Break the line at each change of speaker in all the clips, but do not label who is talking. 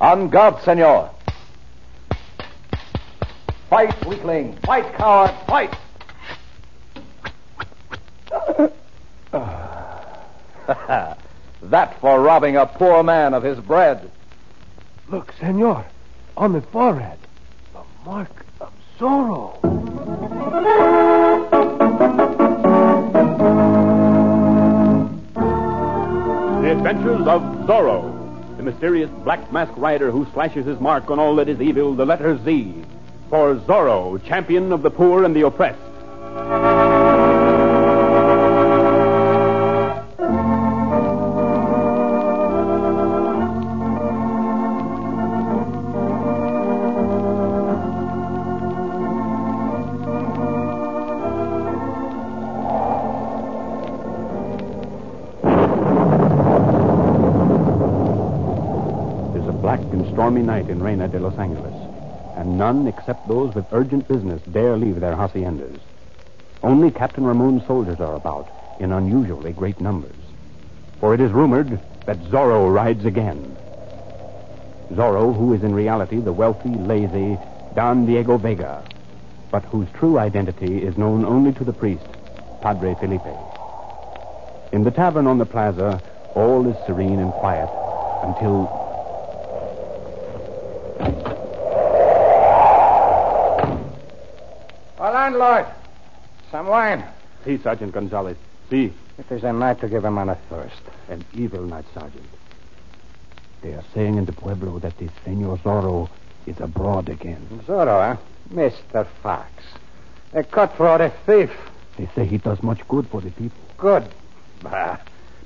On guard, senor. Fight, weakling. Fight, coward. Fight. that for robbing a poor man of his bread.
Look, senor, on the forehead, the mark of sorrow.
The Adventures of Zorro, the mysterious black mask rider who slashes his mark on all that is evil, the letter Z, for Zorro, champion of the poor and the oppressed. It is a black and stormy night in Reina de Los Angeles, and none except those with urgent business dare leave their haciendas. Only Captain Ramon's soldiers are about in unusually great numbers, for it is rumored that Zorro rides again. Zorro, who is in reality the wealthy, lazy Don Diego Vega, but whose true identity is known only to the priest, Padre Felipe. In the tavern on the plaza, all is serene and quiet until.
Our landlord. Some wine.
See, Sergeant Gonzalez. See,
If there's a night to give him on a thirst.
an evil night, Sergeant. They are saying in the pueblo that this Senor Zorro is abroad again.
Zorro, eh? huh? Mr. Fox. A cutthroat, a thief.
They say he does much good for the people.
Good. Bah.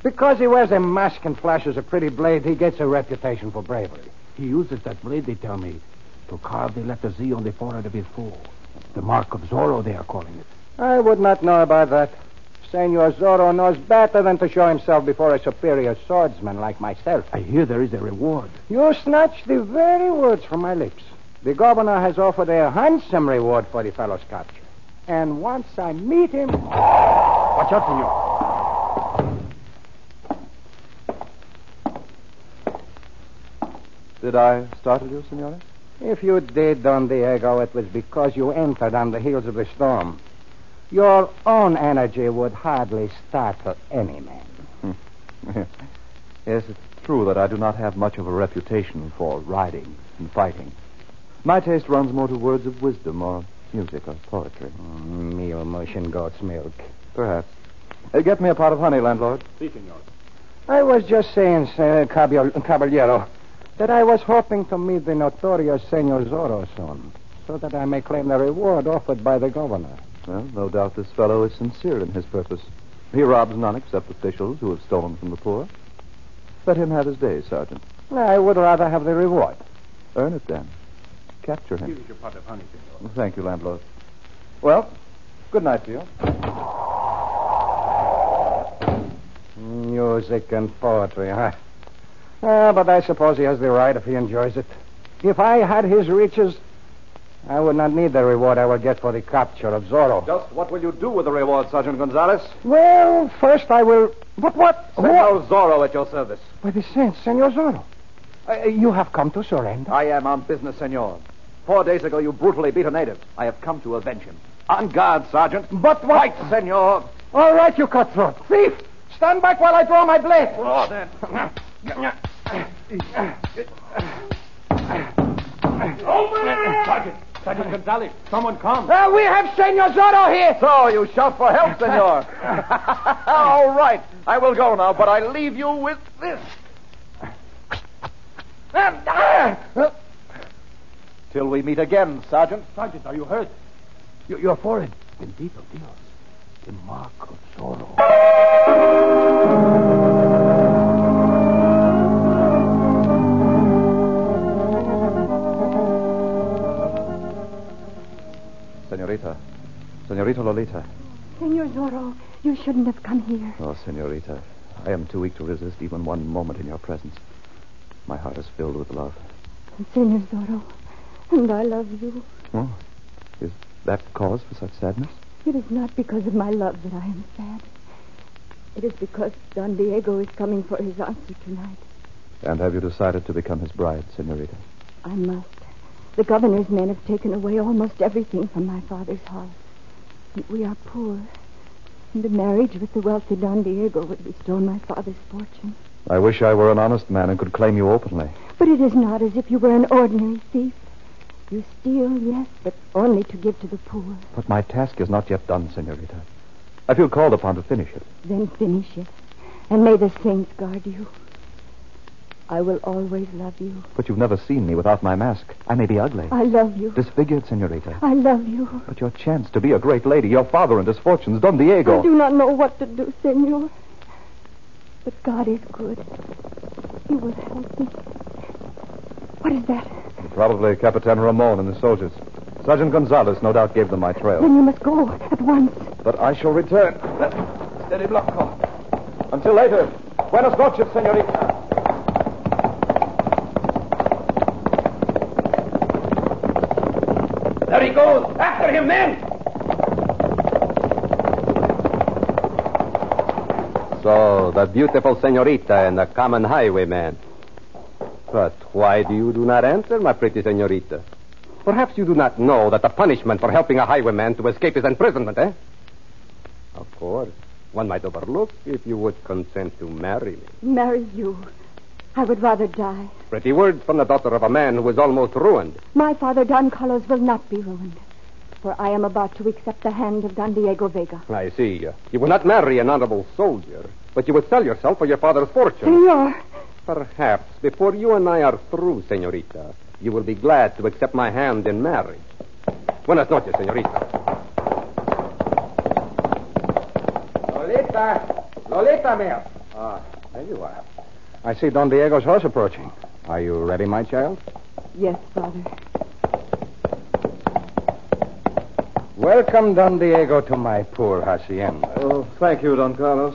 Because he wears a mask and flashes a pretty blade, he gets a reputation for bravery.
He uses that blade, they tell me, to carve the letter Z on the forehead of his foe. The mark of Zorro, they are calling it.
I would not know about that. Senor Zorro knows better than to show himself before a superior swordsman like myself.
I hear there is a reward.
You snatched the very words from my lips. The governor has offered a handsome reward for the fellow's capture. And once I meet him.
Watch out, senor.
Did I startle you, senora?
If you did, Don Diego, it was because you entered on the heels of the storm. Your own energy would hardly startle any man.
Yes, it's true that I do not have much of a reputation for riding and fighting. My taste runs more to words of wisdom or music or poetry.
Mm, Meal, motion, goat's milk.
Perhaps. Uh, get me a pot of honey, landlord.
See, senor.
I was just saying, Sir Cabal- Caballero, that I was hoping to meet the notorious Senor Zorro soon, so that I may claim the reward offered by the governor.
Well, no doubt this fellow is sincere in his purpose. He robs none except officials who have stolen from the poor. Let him have his day, Sergeant.
I would rather have the reward.
Earn it then. Capture him.
your pot of honey, senor.
Thank you, landlord. Well, good night to you.
Music and poetry, huh? Ah, but I suppose he has the right if he enjoys it. If I had his riches, I would not need the reward I will get for the capture of Zorro.
Just what will you do with the reward, Sergeant Gonzalez?
Well, first I will. But what? What?
Zorro at your service.
By the saints, Senor Zorro. Uh, you have come to surrender.
I am on business, senor. Four days ago, you brutally beat a native. I have come to avenge him. On guard, Sergeant.
But what?
Fight, senor.
All right, you cutthroat. Thief! Stand back while I draw my blade.
Roar, Oh, then. Sergeant. Sergeant Gonzalez, someone come.
Ah, we have Senor Zorro here.
So you shout for help, senor. All right. I will go now, but I leave you with this. Till we meet again, Sergeant.
Sergeant, are you hurt?
Y- your forehead. Bendito Dios. The mark of sorrow.
Senorita. Senorita Lolita.
Senor Zorro, you shouldn't have come here.
Oh, senorita, I am too weak to resist even one moment in your presence. My heart is filled with love.
Senor Zorro, and I love you.
Oh, is that cause for such sadness?
It is not because of my love that I am sad. It is because Don Diego is coming for his answer tonight.
And have you decided to become his bride, Senorita?
I must. The governor's men have taken away almost everything from my father's house. And we are poor. And a marriage with the wealthy Don Diego would restore my father's fortune.
I wish I were an honest man and could claim you openly.
But it is not as if you were an ordinary thief. You steal, yes, but only to give to the poor.
But my task is not yet done, Senorita. I feel called upon to finish it.
Then finish it. And may the saints guard you. I will always love you.
But you've never seen me without my mask. I may be ugly,
I love you.
disfigured, Senorita.
I love you.
But your chance to be a great lady, your father and his fortunes, Don
I do
Diego.
not know what to do, senor. But God is good. He will help me. What is that?
Probably Capitan Ramon and the soldiers. Sergeant Gonzalez no doubt gave them my trail.
Then you must go at once.
But I shall return. Steady, Blanco. Until later. Buenas noches, Senorita.
There he goes! After him, men!
So, the beautiful senorita and the common highwayman. But why do you do not answer, my pretty senorita? Perhaps you do not know that the punishment for helping a highwayman to escape is imprisonment, eh? Of course. One might overlook if you would consent to marry me.
Marry you. I would rather die.
Pretty words from the daughter of a man who is almost ruined.
My father, Don Carlos, will not be ruined. For I am about to accept the hand of Don Diego Vega.
I see. You will not marry an honorable soldier, but you would sell yourself for your father's fortune.
Senor,
Perhaps before you and I are through, senorita, you will be glad to accept my hand in marriage. Buenas noches, senorita.
Lolita! Lolita, ma'am! Ah, there you are. I see Don Diego's horse approaching. Are you ready, my child?
Yes, Father.
Welcome, Don Diego, to my poor hacienda.
Oh, thank you, Don Carlos.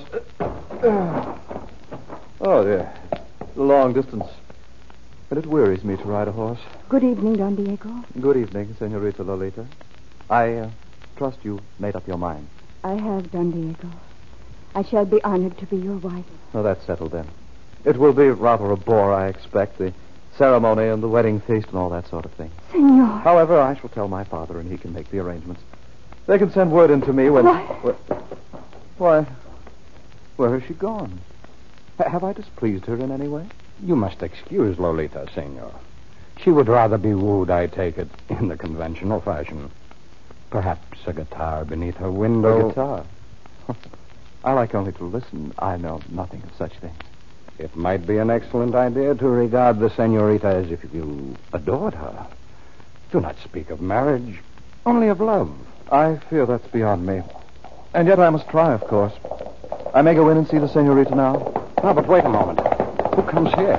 Oh, dear. It's a long distance. And it wearies me to ride a horse.
Good evening, Don Diego.
Good evening, Senorita Lolita. I uh, trust you've made up your mind.
I have Don Diego. I shall be honored to be your wife.
Well, that's settled then. It will be rather a bore, I expect, the ceremony and the wedding feast and all that sort of thing.
Senor.
However, I shall tell my father, and he can make the arrangements. They can send word in to me when.
Why?
Wh- Why? Where has she gone? Ha- have I displeased her in any way?
You must excuse Lolita, senor. She would rather be wooed, I take it, in the conventional fashion. Perhaps a guitar beneath her window.
A guitar. I like only to listen. I know nothing of such things.
It might be an excellent idea to regard the senorita as if you adored her. Do not speak of marriage, only of love.
I fear that's beyond me. And yet I must try, of course. I may go in and see the senorita now.
Now, but wait a moment. Who comes here?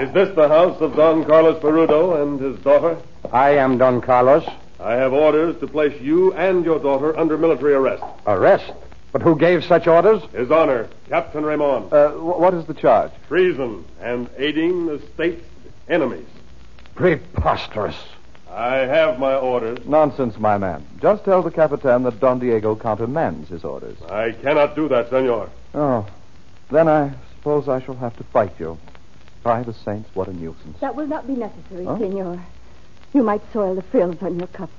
Is this the house of Don Carlos Perudo and his daughter?
I am Don Carlos.
I have orders to place you and your daughter under military arrest.
Arrest? But who gave such orders?
His Honor, Captain Raymond,
Uh, wh- what is the charge?
treason and aiding the state's enemies.
Preposterous.
I have my orders.
Nonsense, my man. Just tell the Capitan that Don Diego countermands his orders.
I cannot do that, senor.
Oh, then I suppose I shall have to fight you. By the saints, what a nuisance.
That will not be necessary,
Huh?
senor. You might soil the frills on your cuffs.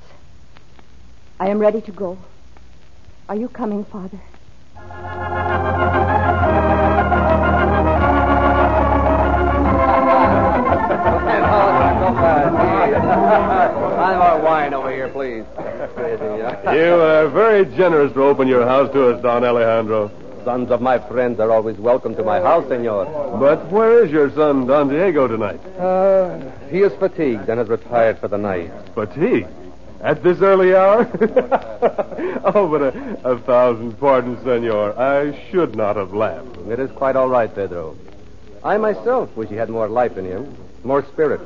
I am ready to go. Are you coming, Father?
Find more wine over here, please.
You are very generous to open your house to us, Don Alejandro.
Sons of my friends are always welcome to my house, senor.
But where is your son, Don Diego, tonight?
Uh, he is fatigued and has retired for the night.
Fatigue? At this early hour? oh, but a, a thousand pardons, senor. I should not have laughed.
It is quite all right, Pedro. I myself wish he had more life in him, more spirit.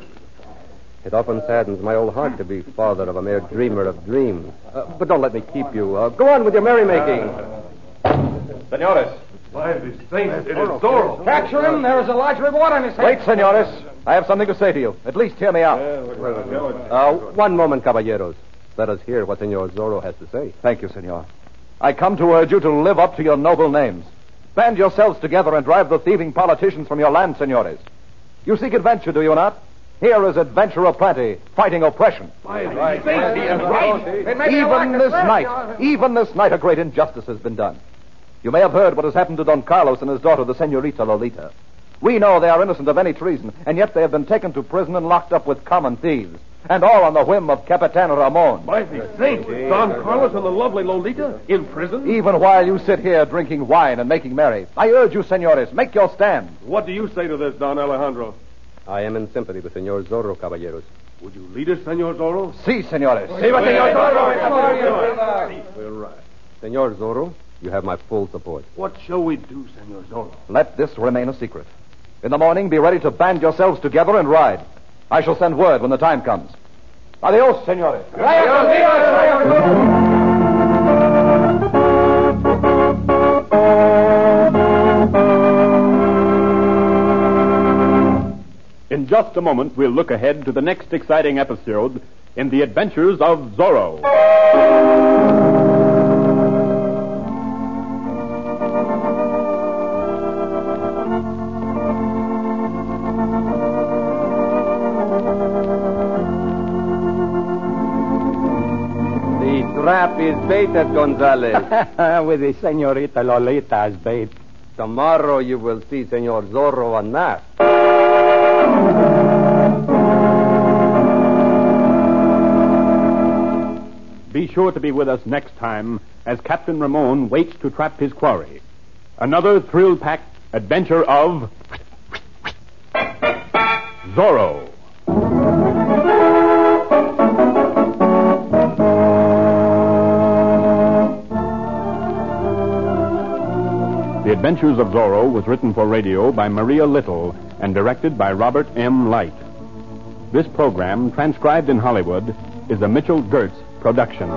It often saddens my old heart to be father of a mere dreamer of dreams. Uh, but don't let me keep you. Uh, go on with your merrymaking.
Senores. By the saints, it is Zorro.
Capture him. There is a large reward on his head.
Wait, senores. I have something to say to you. At least hear me out.
Uh, one moment, caballeros. Let us hear what Senor Zorro has to say.
Thank you, senor. I come to urge you to live up to your noble names. Band yourselves together and drive the thieving politicians from your land, senores. You seek adventure, do you not? Here is adventure aplenty, fighting oppression. Even this night, even this night, a great injustice has been done. You may have heard what has happened to Don Carlos and his daughter, the Senorita Lolita. We know they are innocent of any treason, and yet they have been taken to prison and locked up with common thieves, and all on the whim of Capitan Ramon.
By the saints, Don Carlos and the lovely Lolita in prison?
Even while you sit here drinking wine and making merry, I urge you, senores, make your stand.
What do you say to this, Don Alejandro?
I am in sympathy with Senor Zorro, caballeros.
Would you lead us, Senor Zorro?
Si, senores.
We're right.
Senor Zorro, you have my full support.
What shall we do, Senor Zorro?
Let this remain a secret. In the morning, be ready to band yourselves together and ride. I shall send word when the time comes. Adios, senores.
In just a moment, we'll look ahead to the next exciting episode in the adventures of Zorro.
The trap is baited, Gonzalez.
With the Senorita Lolita as bait.
Tomorrow you will see Senor Zorro on mass.
Be sure to be with us next time as Captain Ramon waits to trap his quarry. Another thrill packed adventure of Zorro. The Adventures of Zorro was written for radio by Maria Little and directed by Robert M. Light. This program, transcribed in Hollywood, is a Mitchell Gertz production.